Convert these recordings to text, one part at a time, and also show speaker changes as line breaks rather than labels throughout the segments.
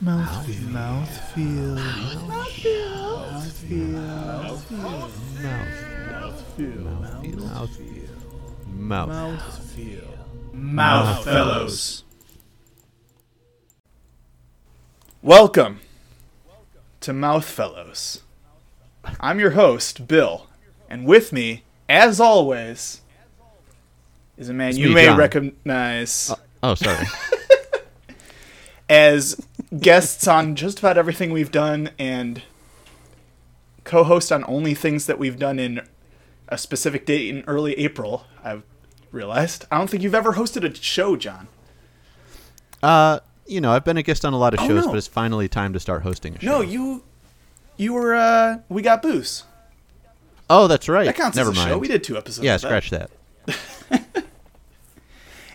Mouth feel. Mouth feel. Mouth feel. Mouth
Mouth feel. Mouth.
feel.
Mouth Fellows. Welcome to Mouth Fellows. I'm your host, Bill, and with me, as always, is a man
It's
you
me,
may
John.
recognize
Oh, sorry.
as guests on just about everything we've done and co host on only things that we've done in a specific date in early April, I've realized. I don't think you've ever hosted a show, John.
uh, you know, I've been a guest on a lot of shows,
Oh, no.
but it's finally time to start hosting a show.
No, you, you were. uh We got booze.
Oh, that's right.
That counts
Never
as a
mind.
show. We did two episodes.
yeah,
of that.
scratch that.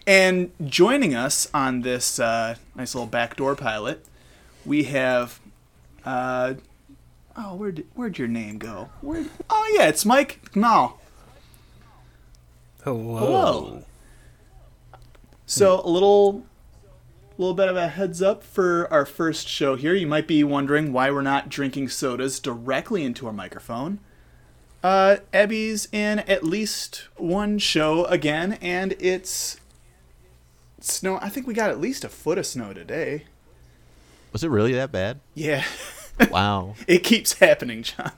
And joining us on this uh, nice little backdoor pilot, we have. Uh, oh, where did, where'd your name go? Where? Oh yeah, it's Mike. No,
Hello.
hello. So a little, little bit of a heads up for our first show here. You might be wondering why we're not drinking sodas directly into our microphone. Uh, Abby's in at least one show again, and it's snow. I think we got at least a foot of snow today.
Was it really that bad?
Yeah,
Wow.
it keeps happening, John.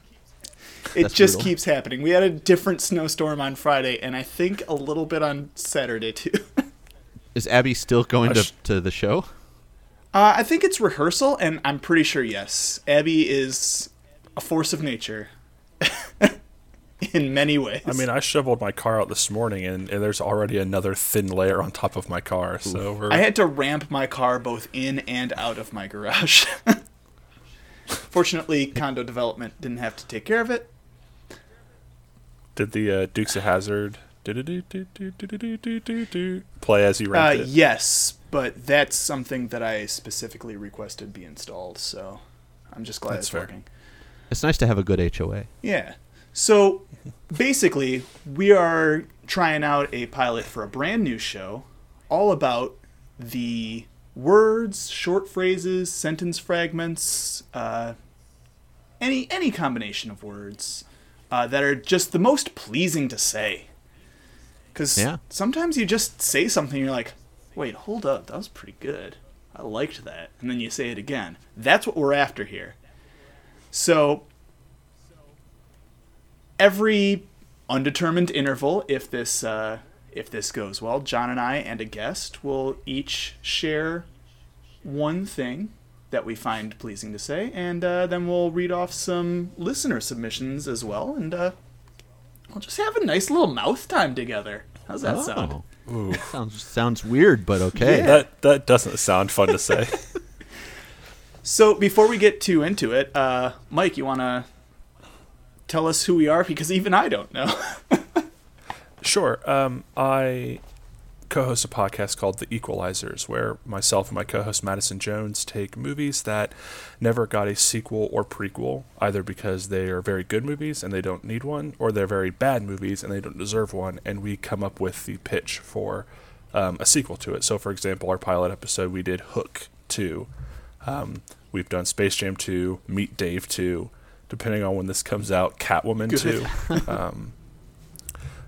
It
That's
just
brutal.
keeps happening. We had a different snowstorm on Friday, and I think a little bit on Saturday too.
Is Abby still going
Oh,
to,
sh-
to the show?
Uh, I think it's rehearsal, and I'm pretty sure yes. Abby is a force of nature in many ways.
I mean, I shoveled my car out this morning, and, and there's already another thin layer on top of my car. So we're
I had to ramp my car both in and out of my garage. Fortunately, condo development didn't have to take care of it.
did the uh, Dukes of Hazard play as you
Uh,
ranked it.
yes, but that's something that I specifically requested be installed, so I'm just glad
That's
it's
fair.
working.
It's nice to have a good HOA.
Yeah. So basically, we are trying out a pilot for a brand new show all about the words, short phrases, sentence fragments, uh, any any combination of words uh, that are just the most pleasing to say. Because
Yeah.
sometimes you just say something, you're like, wait, hold up, that was pretty good. I liked that. And then you say it again. That's what we're after here. So every undetermined interval, if this uh, if this goes well, John and I and a guest will each share one thing that we find pleasing to say, and uh, then we'll read off some listener submissions as well, and uh, we'll just have a nice little mouth time together. How's that sound?
Oh. That sounds sounds weird, but okay.
Yeah.
That that doesn't sound fun to say.
So before we get too into it, uh, Mike, you wanna tell us who we are because even I don't know.
Sure. Um, I co-host a podcast called The Equalizers, where myself and my co-host Madison Jones take movies that never got a sequel or prequel, either because they are very good movies and they don't need one, or they're very bad movies and they don't deserve one, and we come up with the pitch for um, a sequel to it. So, for example, our pilot episode we did Hook Two. Um, we've done Space Jam Two, Meet Dave Two. Depending on when this comes out, Catwoman
Good.
Two.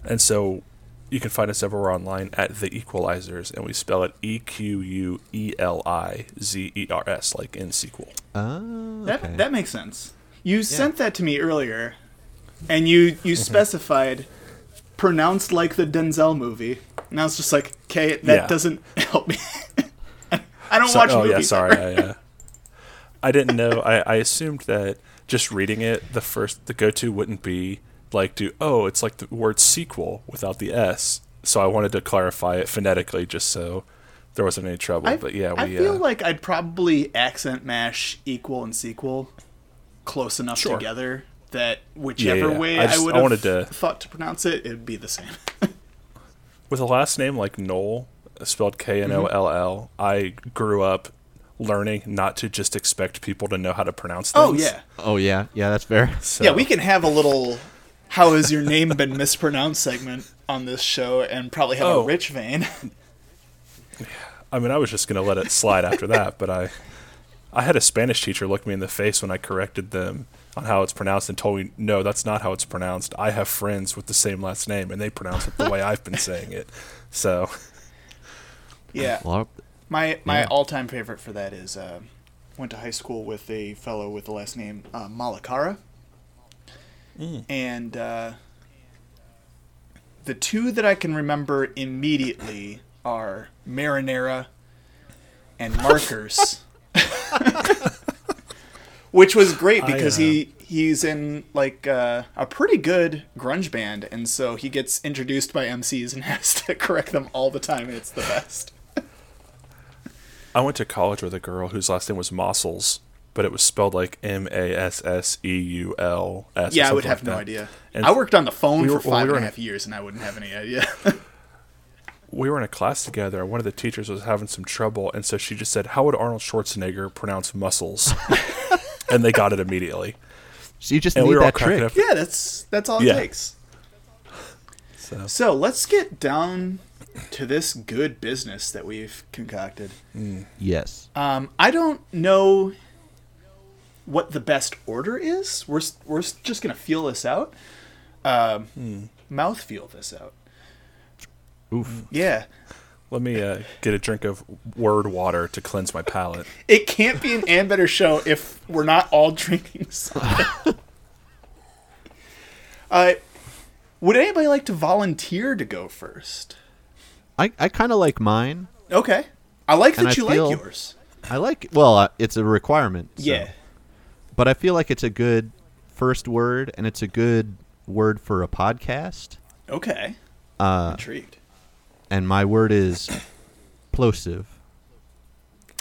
And so you can find us everywhere online at The Equalizers, and we spell it E Q U E L I Z E R S, like in sequel.
Oh,
That
okay.
that makes sense. You sent that to me earlier, and you
Mm-hmm.
you specified pronounced like the Denzel movie, and I was just like, okay, that
Yeah.
doesn't help me. I don't
So-
watch
oh,
movies.
yeah, sorry. I, uh, I didn't know. I, I assumed that just reading it, the first, the go to wouldn't be like, do, oh, it's like the word sequel without the S. So I wanted to clarify it phonetically just so there wasn't any trouble.
I,
but yeah, we.
I feel
uh,
like I'd probably accent mash equal and sequel close enough
Sure.
together that whichever
yeah.
way
I
I,
just-
would
I
have
wanted to-
thought to pronounce it, it'd be the same.
with a last name like Knoll, spelled K N O L L,
Mm-hmm.
I grew up learning not to just expect people to know how to pronounce things.
Oh yeah,
oh yeah, yeah, that's fair.
So-
Yeah, we can have a little "How has your name been mispronounced?" segment on this show, and probably have a
Oh.
rich vein.
I mean, I was just gonna let it slide after that, but I I had a Spanish teacher look me in the face when I corrected them on how it's pronounced and told me, no, that's not how it's pronounced. I have friends with the same last name and they pronounce it the way I've been saying it. So,
Yeah.
Well,
My my
Yeah.
all time favorite for that is uh, went to high school with a fellow with the last name uh, Malakara,
Mm.
and uh, the two that I can remember immediately are Marinara and Markers, which was great
I,
because
uh,
he he's in like uh, a pretty good grunge band, and so he gets introduced by MCs and has to correct them all the time, and it's the best.
I went to college with a girl whose last name was Mossels, but it was spelled like M A S S E U L S.
Yeah, I would have no idea. I worked on the phone
we were-
for
well, we
five
were
and a half
in-
years, and I wouldn't have any idea.
We were in a class together, and one of the teachers was having some trouble, and so she just said, "How would Arnold Schwarzenegger pronounce muscles?" and they got it immediately.
so you just
And
need
we were all
that
cracking
trick.
up.
yeah, that's that's all it
Yeah.
takes.
So,
So let's get down to this good business that we've concocted.
Yes.
Um, I don't know what the best order is. We're s- we're s- just gonna feel this out. Um,
Hmm.
Mouth feel this out.
Oof.
Yeah,
let me uh, get a drink of word water to cleanse my palate.
it can't be an and better show if we're not all drinking. Soda. uh, would anybody like to volunteer to go first?
I, I kind of like mine.
Okay, I like
And
that
I
you
feel-
like yours.
I like. Well, uh, it's a requirement. so-
Yeah,
But I feel like it's a good first word, and it's a good word for a podcast.
okay.
Uh,
Intrigued.
And my word is plosive.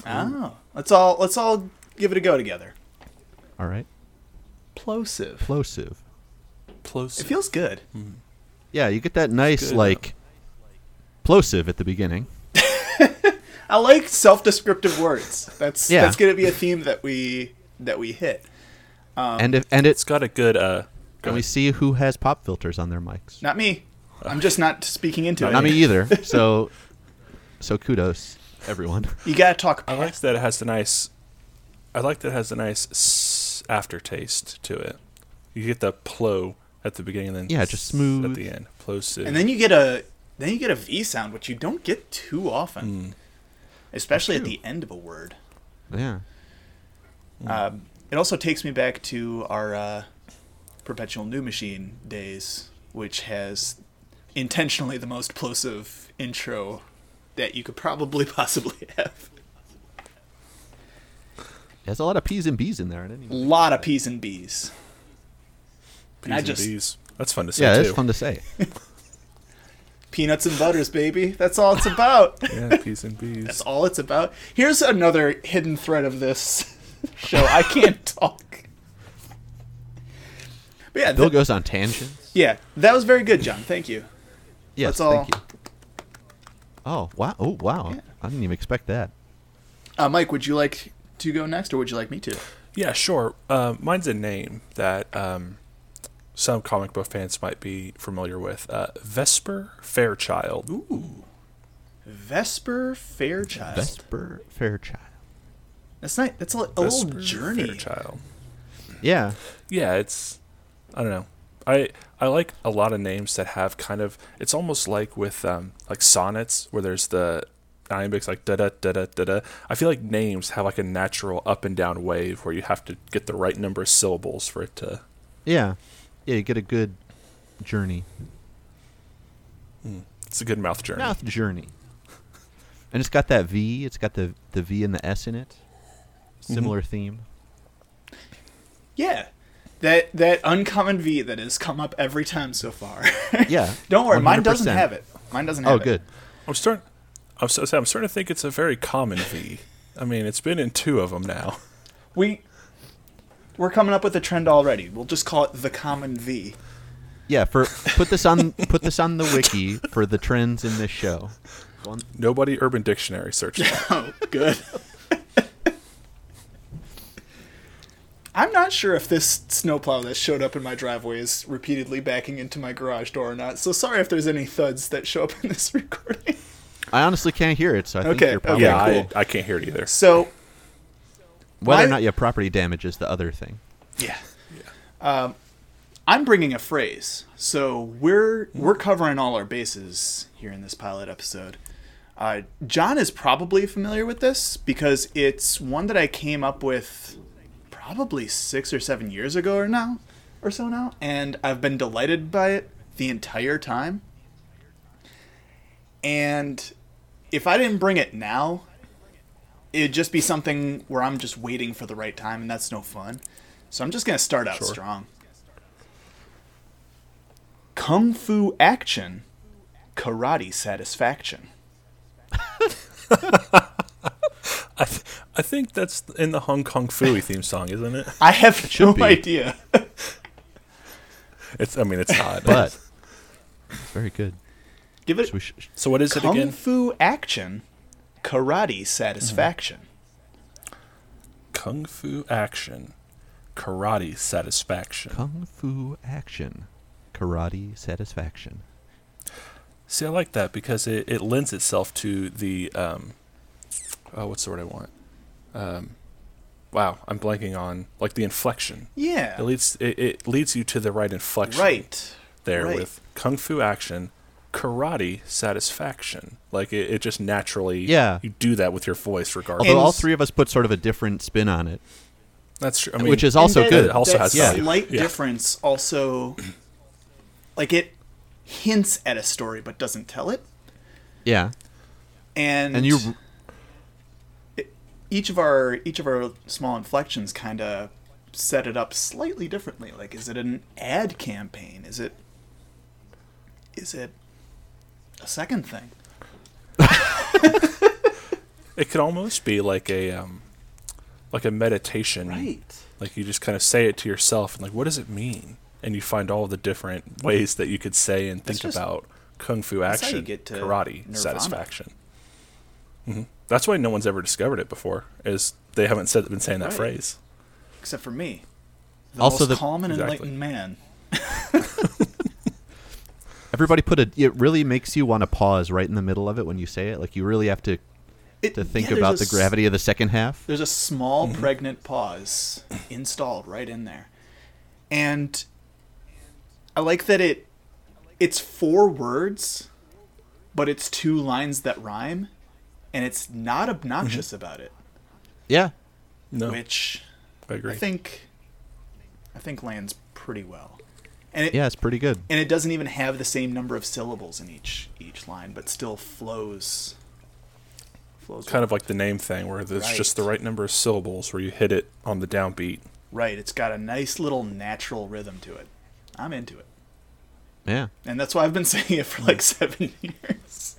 Oh, let's all let's all give it a go together.
All right,
Plosive.
plosive.
Close.
It feels good.
Yeah, you get that nice
good,
like plosive at the beginning.
I like self-descriptive words. That's
Yeah.
that's going to be a theme that we that we hit.
and if and it's
it's got a good. Uh, Um, go
and we
ahead.
see who has pop filters on their mics.
Not me. I'm just not speaking into it.
Not me either. So so kudos everyone.
You got to talk.
I like that it has a nice. I like that it has a nice s- aftertaste to it. You get the plo at the beginning, and then
Yeah, just
s- at
smooth.
the end. Plosive.
And then you get a then you get a V sound, which you don't get too often, especially at the end of a word.
Yeah.
Um, it also takes me back to our uh, perpetual new machine days, which has intentionally the most plosive intro that you could probably possibly have.
There's a lot of P's and B's in there. I didn't
Mm,
even-
lot of P's and B's.
P's
I
and
just-
B's. That's fun to say
Yeah,
too.
that's fun to say.
Peanuts and butters, baby. That's all it's about.
Yeah, P's and B's.
That's all it's about. Here's another hidden thread of this show. I can't talk. But yeah,
Bill
th-
goes on tangents.
yeah, that was very good, John. Thank you.
Yes,
That's all.
thank you. Oh wow! Oh wow! I didn't even expect that.
Uh, Mike, would you like to go next, or would you like me to?
Yeah, sure. Um, mine's a name that um, some comic book fans might be familiar with. Uh, Vesper Fairchild.
Ooh. Vesper Fairchild.
Vesper Fairchild.
that's nice. That's a, a
Vesper
little journey.
Fairchild.
Yeah,
yeah, it's I don't know. I I like a lot of names that have kind of it's almost like with um like sonnets where there's the iambics like da da da da da da. I feel like names have like a natural up and down wave where you have to get the right number of syllables for it to
yeah, yeah. You get a good journey,
it's a good mouth journey.
mouth journey, and it's got that V. It's got the the V and the S in it.
Mm-hmm.
Similar theme.
Yeah. That that uncommon V that has come up every time so far.
Yeah.
Don't worry, mine doesn't
100%.
have it. Mine doesn't have
Oh,
it.
good.
I'm starting I'm, so, I'm starting to think it's a very common V. I mean, it's been in two of them now.
We we're coming up with a trend already. We'll just call it the common V.
Yeah. For put this on put this on the wiki for the trends in this show. One-
Nobody Urban Dictionary searched that.
Oh, good. I'm not sure if this snowplow that showed up in my driveway is repeatedly backing into my garage door or not. So sorry if there's any thuds that show up in this recording.
I honestly can't hear it, so I think
Okay,
you're probably
yeah,
cool.
I, I can't hear it either.
So
Whether or
Why-
not you have property damage is the other thing.
Yeah. Um, I'm bringing a phrase, so we're we're covering all our bases here in this pilot episode. Uh, John is probably familiar with this because it's one that I came up with probably six or seven years ago or now or so now, and I've been delighted by it the entire time. And if I didn't bring it now, it'd just be something where I'm just waiting for the right time, and that's no fun. So I'm just gonna start out
Sure.
strong. Kung Fu action, karate satisfaction.
I, th- I think that's in the Hong Kong Fooey theme song, isn't it?
I have no
be.
idea.
It's. I mean, it's not.
But it's very good.
Give it
So we sh-
so what is it
Kung
again?
Fu action, karate satisfaction.
Kung Fu action, karate satisfaction.
Kung Fu action, karate satisfaction.
See, I like that because it, it lends itself to the um, oh, what's the word I want? Um, wow, I'm blanking on like the inflection.
Yeah.
It leads it, it leads you to the right inflection.
Right.
there
right.
with kung fu action, karate satisfaction. Like it, it just naturally.
Yeah.
You do that with your voice, regardless.
Although
And-
all three of us put sort of a different spin on it,
That's true. I mean,
which is
And
also
that-
good.
It also
that
has value.
slight
Yeah.
difference. Also, like it hints at a story but doesn't tell it.
yeah,
And
and you
each of our each of our small inflections kind of set it up slightly differently. Like, is it an ad campaign? Is it is it a second thing?
It could almost be like a um, like a meditation. Like you just kind of say it to yourself and like, what does it mean? And you find all the different ways that you could say and think
That's just-
about kung fu
that's how you
action,
get to
karate
nirvana.
satisfaction. hmm That's why no one's ever discovered it before. Is they haven't said been saying that
Right.
phrase.
Except for me, the
Also
most
the-
calm and
Exactly.
enlightened man.
everybody put a. It really makes you want to pause right in the middle of it when you say it. Like you really have to
It-
to think
yeah, there's
about
a
the
s-
gravity of the second half.
There's a small pregnant pause installed right in there. And I like that it it's four words, but it's two lines that rhyme, and it's not obnoxious about it,
Yeah,
No,
which
I agree.
I think I think lands pretty well. And it
yeah, it's pretty good.
and it doesn't even have the same number of syllables in each each line, but still flows flows
kind of like the name thing where there's just the
Right.
right number of syllables where you hit it on the downbeat.
right. It's got a nice little natural rhythm to it. I'm into it.
Yeah,
And that's why I've been saying it for like seven years.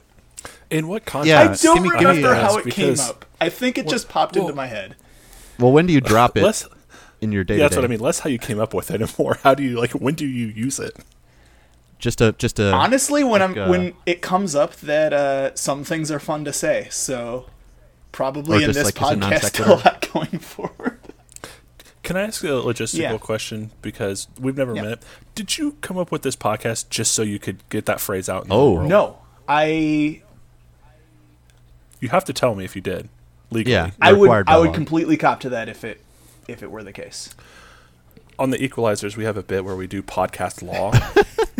In what context?
Yeah,
I don't
Uh, give me- give me
remember
that.
how it
Because-
came up. I think it just popped into
well-
my head.
Well, when do you drop it
Less,
in your day?
yeah, that's what I mean. Less how you came up with it, and more how do you like? When do you use it?
Just a just a
Honestly, when
Like,
I'm
uh,
when it comes up that uh, some things are fun to say, so
Or
probably in
just
this
like as a non
podcast a
sequitur.
lot going forward.
Can I ask a logistical
Yeah.
question because we've never
Yeah.
met? Did you come up with this podcast just so you could get that phrase out? In
Oh.
the world?
No, I
You have to tell me if you did legally.
Yeah.
I would
Required by
I would
law.
completely cop to that if it if it were the case.
on the equalizers we have a bit where we do podcast law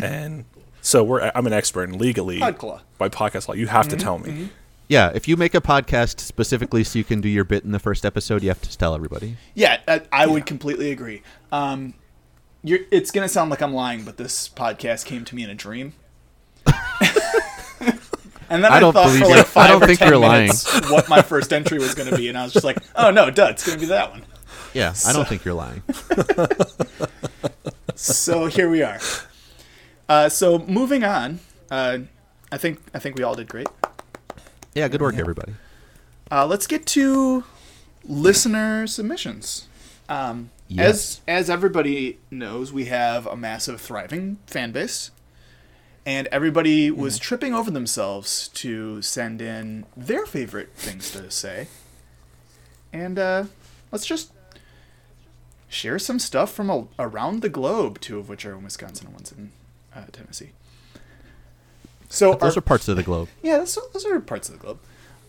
and so we're i'm an expert in legally
Pod law. Mm-hmm.
by podcast law you have to tell me
Yeah, if you make a podcast specifically so you can do your bit in the first episode, you have to tell everybody.
Yeah, I, I would completely agree. Um, you're, it's gonna sound like I'm lying, but this podcast came to me in a dream. and then I,
I don't
thought for
believe
like
you.
five
I don't
or
think
ten
you're lying.
minutes what my first entry was gonna be, and I was just like, oh no, duh, it's gonna be that one.
Yeah, I don't think you're lying.
So here we are. Uh, so moving on, uh, I think I think we all did great.
Yeah, good work, everybody.
Uh, let's get to listener submissions. Um,
Yes.
As as everybody knows, we have a massive, thriving fan base, and everybody
Mm-hmm.
was tripping over themselves to send in their favorite things to say. And uh, let's just share some stuff from a, around the globe, two of which are in Wisconsin and one's in uh, Tennessee. So
Those
our-
are parts of the globe.
yeah, those, those are parts of the globe.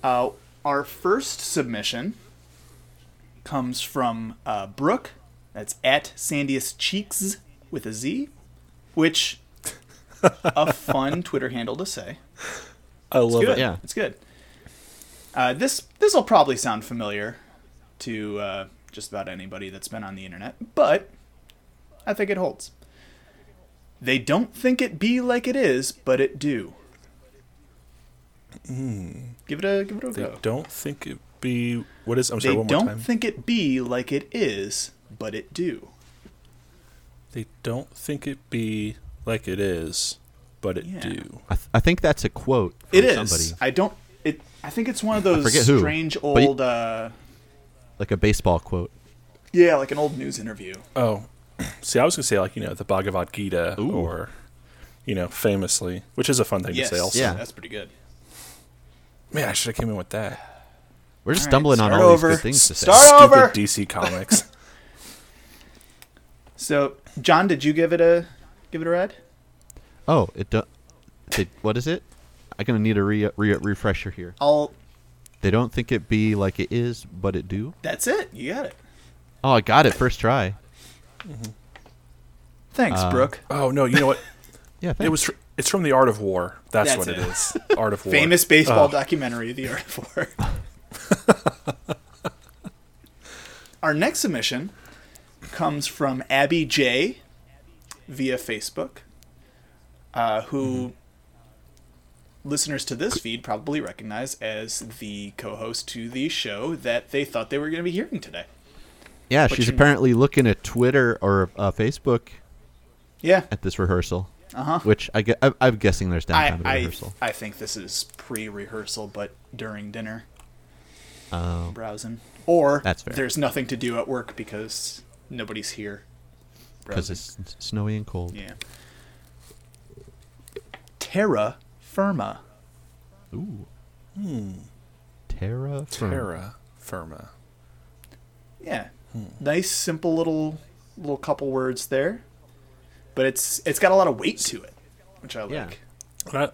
Uh, our first submission comes from uh, Brooke. That's at Sandiest Cheeks with a Z, which a fun Twitter handle to say.
I love
Good.
it.
Yeah.
it's good. Uh, this this will probably sound familiar to uh, just about anybody that's been on the internet, but I think it holds. They don't think it be like it is, but it do. Give it a give it a
They
go.
don't think it be what is I'm sorry,
They
one more
don't
time.
think it be like it is, but it do.
they don't think it be like it is, but it
Yeah.
do.
I, th- I think that's a quote. From
It is.
somebody,
I don't. It. I think it's one of those
forget who,
strange
but you-
old. uh,
like a baseball quote.
yeah, like an old news interview.
Oh. See, I was gonna say like, you know, the Bhagavad Gita or you know, famously, which is a fun thing
Yes.
to say also.
Yeah.
That's pretty good.
Man, I should have came in with that.
We're just
All right,
stumbling on
start
all
over.
these good things to say.
Start
Stupid
over!
DC comics.
So, John, did you give it a give it a read?
Oh, it. Do- they, what is it? I'm gonna need a re- re- refresher here.
I'll.
They don't think it be like it is, but it do.
That's it. You got it.
Oh, I got it first try.
Thanks,
Uh,
Brooke.
oh no, you know what?
Yeah,
It was. fr- It's from the Art of War. That's,
That's
what it
it.
is. Art of War.
Famous baseball
Oh,
documentary, The Art of War. Our next submission comes from Abby J via Facebook, uh, who listeners to this feed probably recognize as the co host to the show that they thought they were going to be hearing today.
Yeah,
But
she's
you-
apparently looking at Twitter or uh, Facebook
Yeah.
at this rehearsal.
Uh-huh.
Which I, gue- I I'm guessing there's
I,
downtime at
I,
rehearsal.
I think this is pre rehearsal, but during dinner.
Oh,
browsing. Or
That's fair.
there's nothing to do at work because nobody's here.
because
Browsing.
it's s- snowy and cold.
yeah. Terra firma.
Ooh.
Hmm.
Terra. firma.
Terra Firma.
Yeah.
Hmm.
Nice simple little little couple words there. But it's it's got a lot of weight to it, which I like.
Yeah.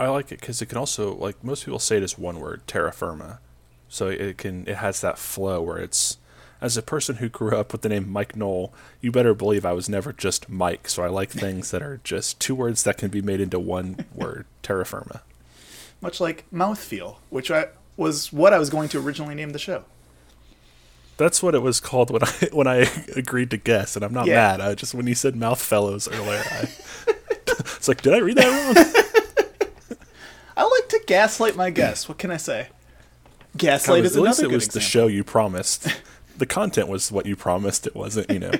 I, I like it because it can also like most people say it as one word, terra firma. So it can it has that flow where it's as a person who grew up with the name Mike Knoll, you better believe I was never just Mike. So I like things that are just two words that can be made into one word, terra firma.
Much like mouthfeel, which I was what I was going to originally name the show.
That's what it was called when I when I agreed to guess, and I'm not
Yeah.
mad. I just when you said mouth fellows earlier, I, it's like did I read that wrong?
I like to gaslight my guests. What can I say? Gaslight
It was-
is another
at least it
good
was
example.
the show you promised. the content was what you promised. It wasn't, you know,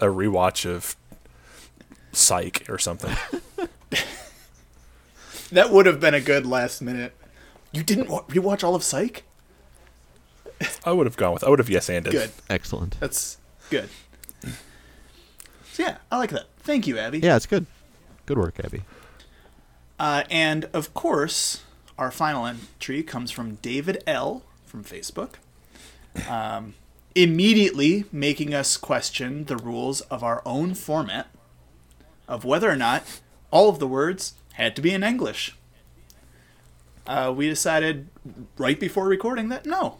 a rewatch of Psych or something.
That would have been a good last minute. You didn't wa- rewatch all of Psych?
I would have gone with. I would have yes anded.
Good.
Excellent.
That's good. So yeah, I like that. Thank you, Abby.
Yeah, it's good. Good work, Abby.
Uh, and of course, our final entry comes from David L. from Facebook. Um, immediately making us question the rules of our own format of whether or not all of the words had to be in English. Uh, we decided right before recording that no,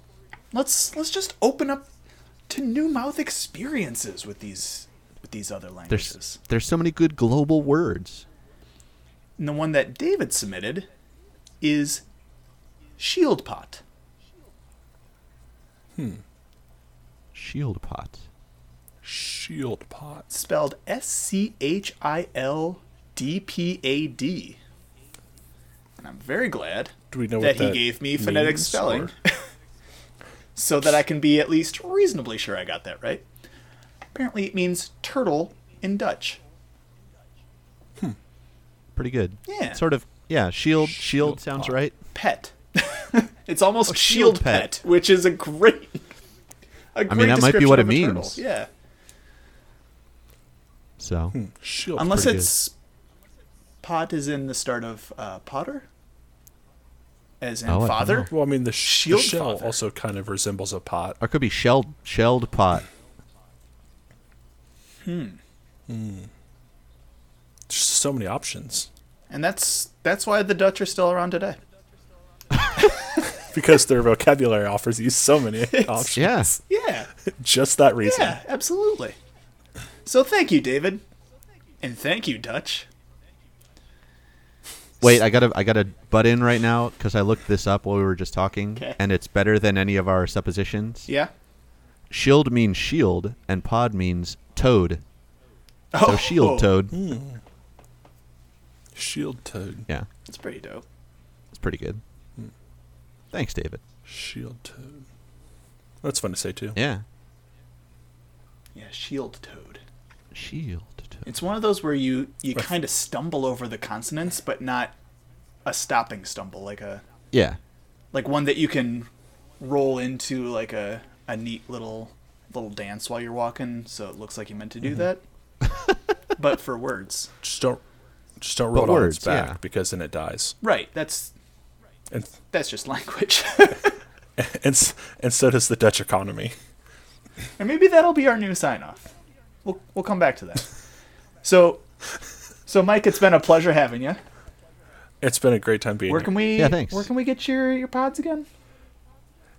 let's let's just open up to new mouth experiences with these with these other languages.
There's there's so many good global words.
And the one that David submitted is shield pot.
Shield pot.
Shield pots.
Spelled S C H I L D P A D. And I'm very glad
Do we know
that
what
he
that
gave me phonetic
means,
spelling
or-
so that I can be at least reasonably sure I got that right. Apparently, it means turtle in Dutch.
Pretty good.
Yeah.
Sort of. Yeah. Shield. Shield,
Shield
sounds
pot.
right.
Pet. it's almost shield,
shield
pet,
pet.
which is a great. A great
mean, that might be
description
what
of
it
a turtle.
means.
Yeah.
So.
Shield.
Unless
pretty
it's pot is in the start of uh, Potter, as in
Oh, I don't
father.
well, I mean, the, sh- the
Shield
shell
father.
also kind of resembles a pot.
Or it could be shelled shelled pot.
There's so many options.
And that's that's why the Dutch are still around today.
because their vocabulary offers you so many options.
Yeah.
Yeah.
Just that reason.
Yeah, absolutely. So thank you, David. And thank you, Dutch.
Wait, I gotta I gotta butt in right now because I looked this up while we were just talking,
'Kay.
and it's better than any of our suppositions.
Yeah.
Shield means shield, and pod means toad. So
Oh!
shield toad.
Shield toad.
Yeah,
That's pretty dope.
it's pretty good. Thanks, David.
Shield toad. That's fun to say too.
Yeah,
Yeah, shield toad.
shield toad.
It's one of those where you you kind of stumble over the consonants, but not a stopping stumble, like a
Yeah,
like one that you can roll into like a a neat little little dance while you're walking, so it looks like you meant to do that. but for words,
Just don't just don't roll
But
it on its
words, yeah.
back because then it dies.
right? That's
And
that's just language,
and s- and so does the Dutch economy.
and maybe that'll be our new sign off. We'll we'll come back to that. So, so Mike, it's been a pleasure having you.
It's been a great time being
Where
here.
can we?
Yeah, thanks.
Where can we get your your pods again?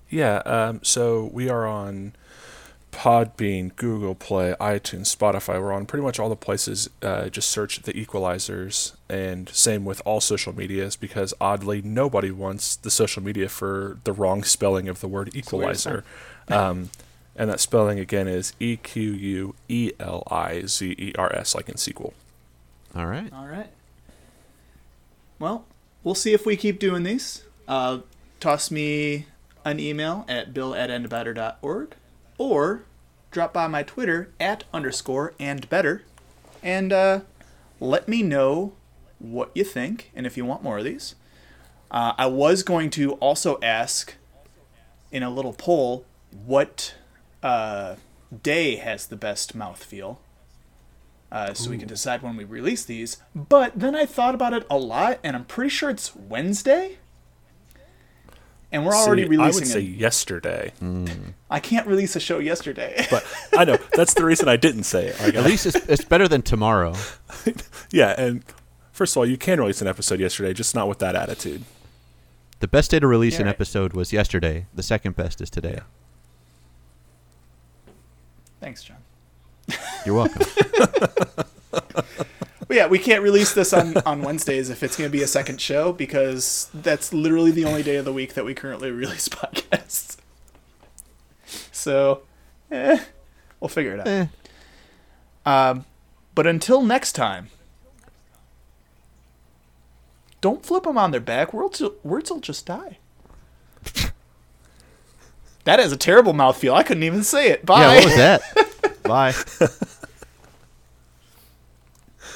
Yeah, um, so we are on Podbean, Google Play, iTunes, Spotify. We're on pretty much all the places. Uh, just search the equalizers, and same with all social medias because oddly nobody wants the social media for the wrong spelling of the word equalizer. Um, and that spelling again is E Q U E L I Z E R S, like in sequel.
All right.
All right. Well, we'll see if we keep doing these. Uh, toss me an email at bill at andbetter.org or drop by my Twitter at underscore and better and uh, let me know what you think and if you want more of these. Uh, I was going to also ask in a little poll what uh, day has the best mouthfeel uh, so we can decide when we release these. But then I thought about it a lot, and I'm pretty sure it's Wednesday. And we're already
See, I
releasing
would say
it.
yesterday,
I can't release a show yesterday.
but I know that's the reason I didn't say it. Like,
At least it's, it's better than tomorrow.
Yeah, and first of all, you can release an episode yesterday, just not with that attitude.
The best day to release
Yeah,
an
right.
episode was yesterday. The second best is today.
Thanks, John.
You're welcome.
But yeah, we can't release this on, on Wednesdays if it's going to be a second show because that's literally the only day of the week that we currently release podcasts. So, eh, we'll figure it out.
Eh.
Um, but until next time, don't flip them on their back. Words, words will just die. that has a terrible mouthfeel. I couldn't even say it. Bye.
Yeah, what was that? Bye.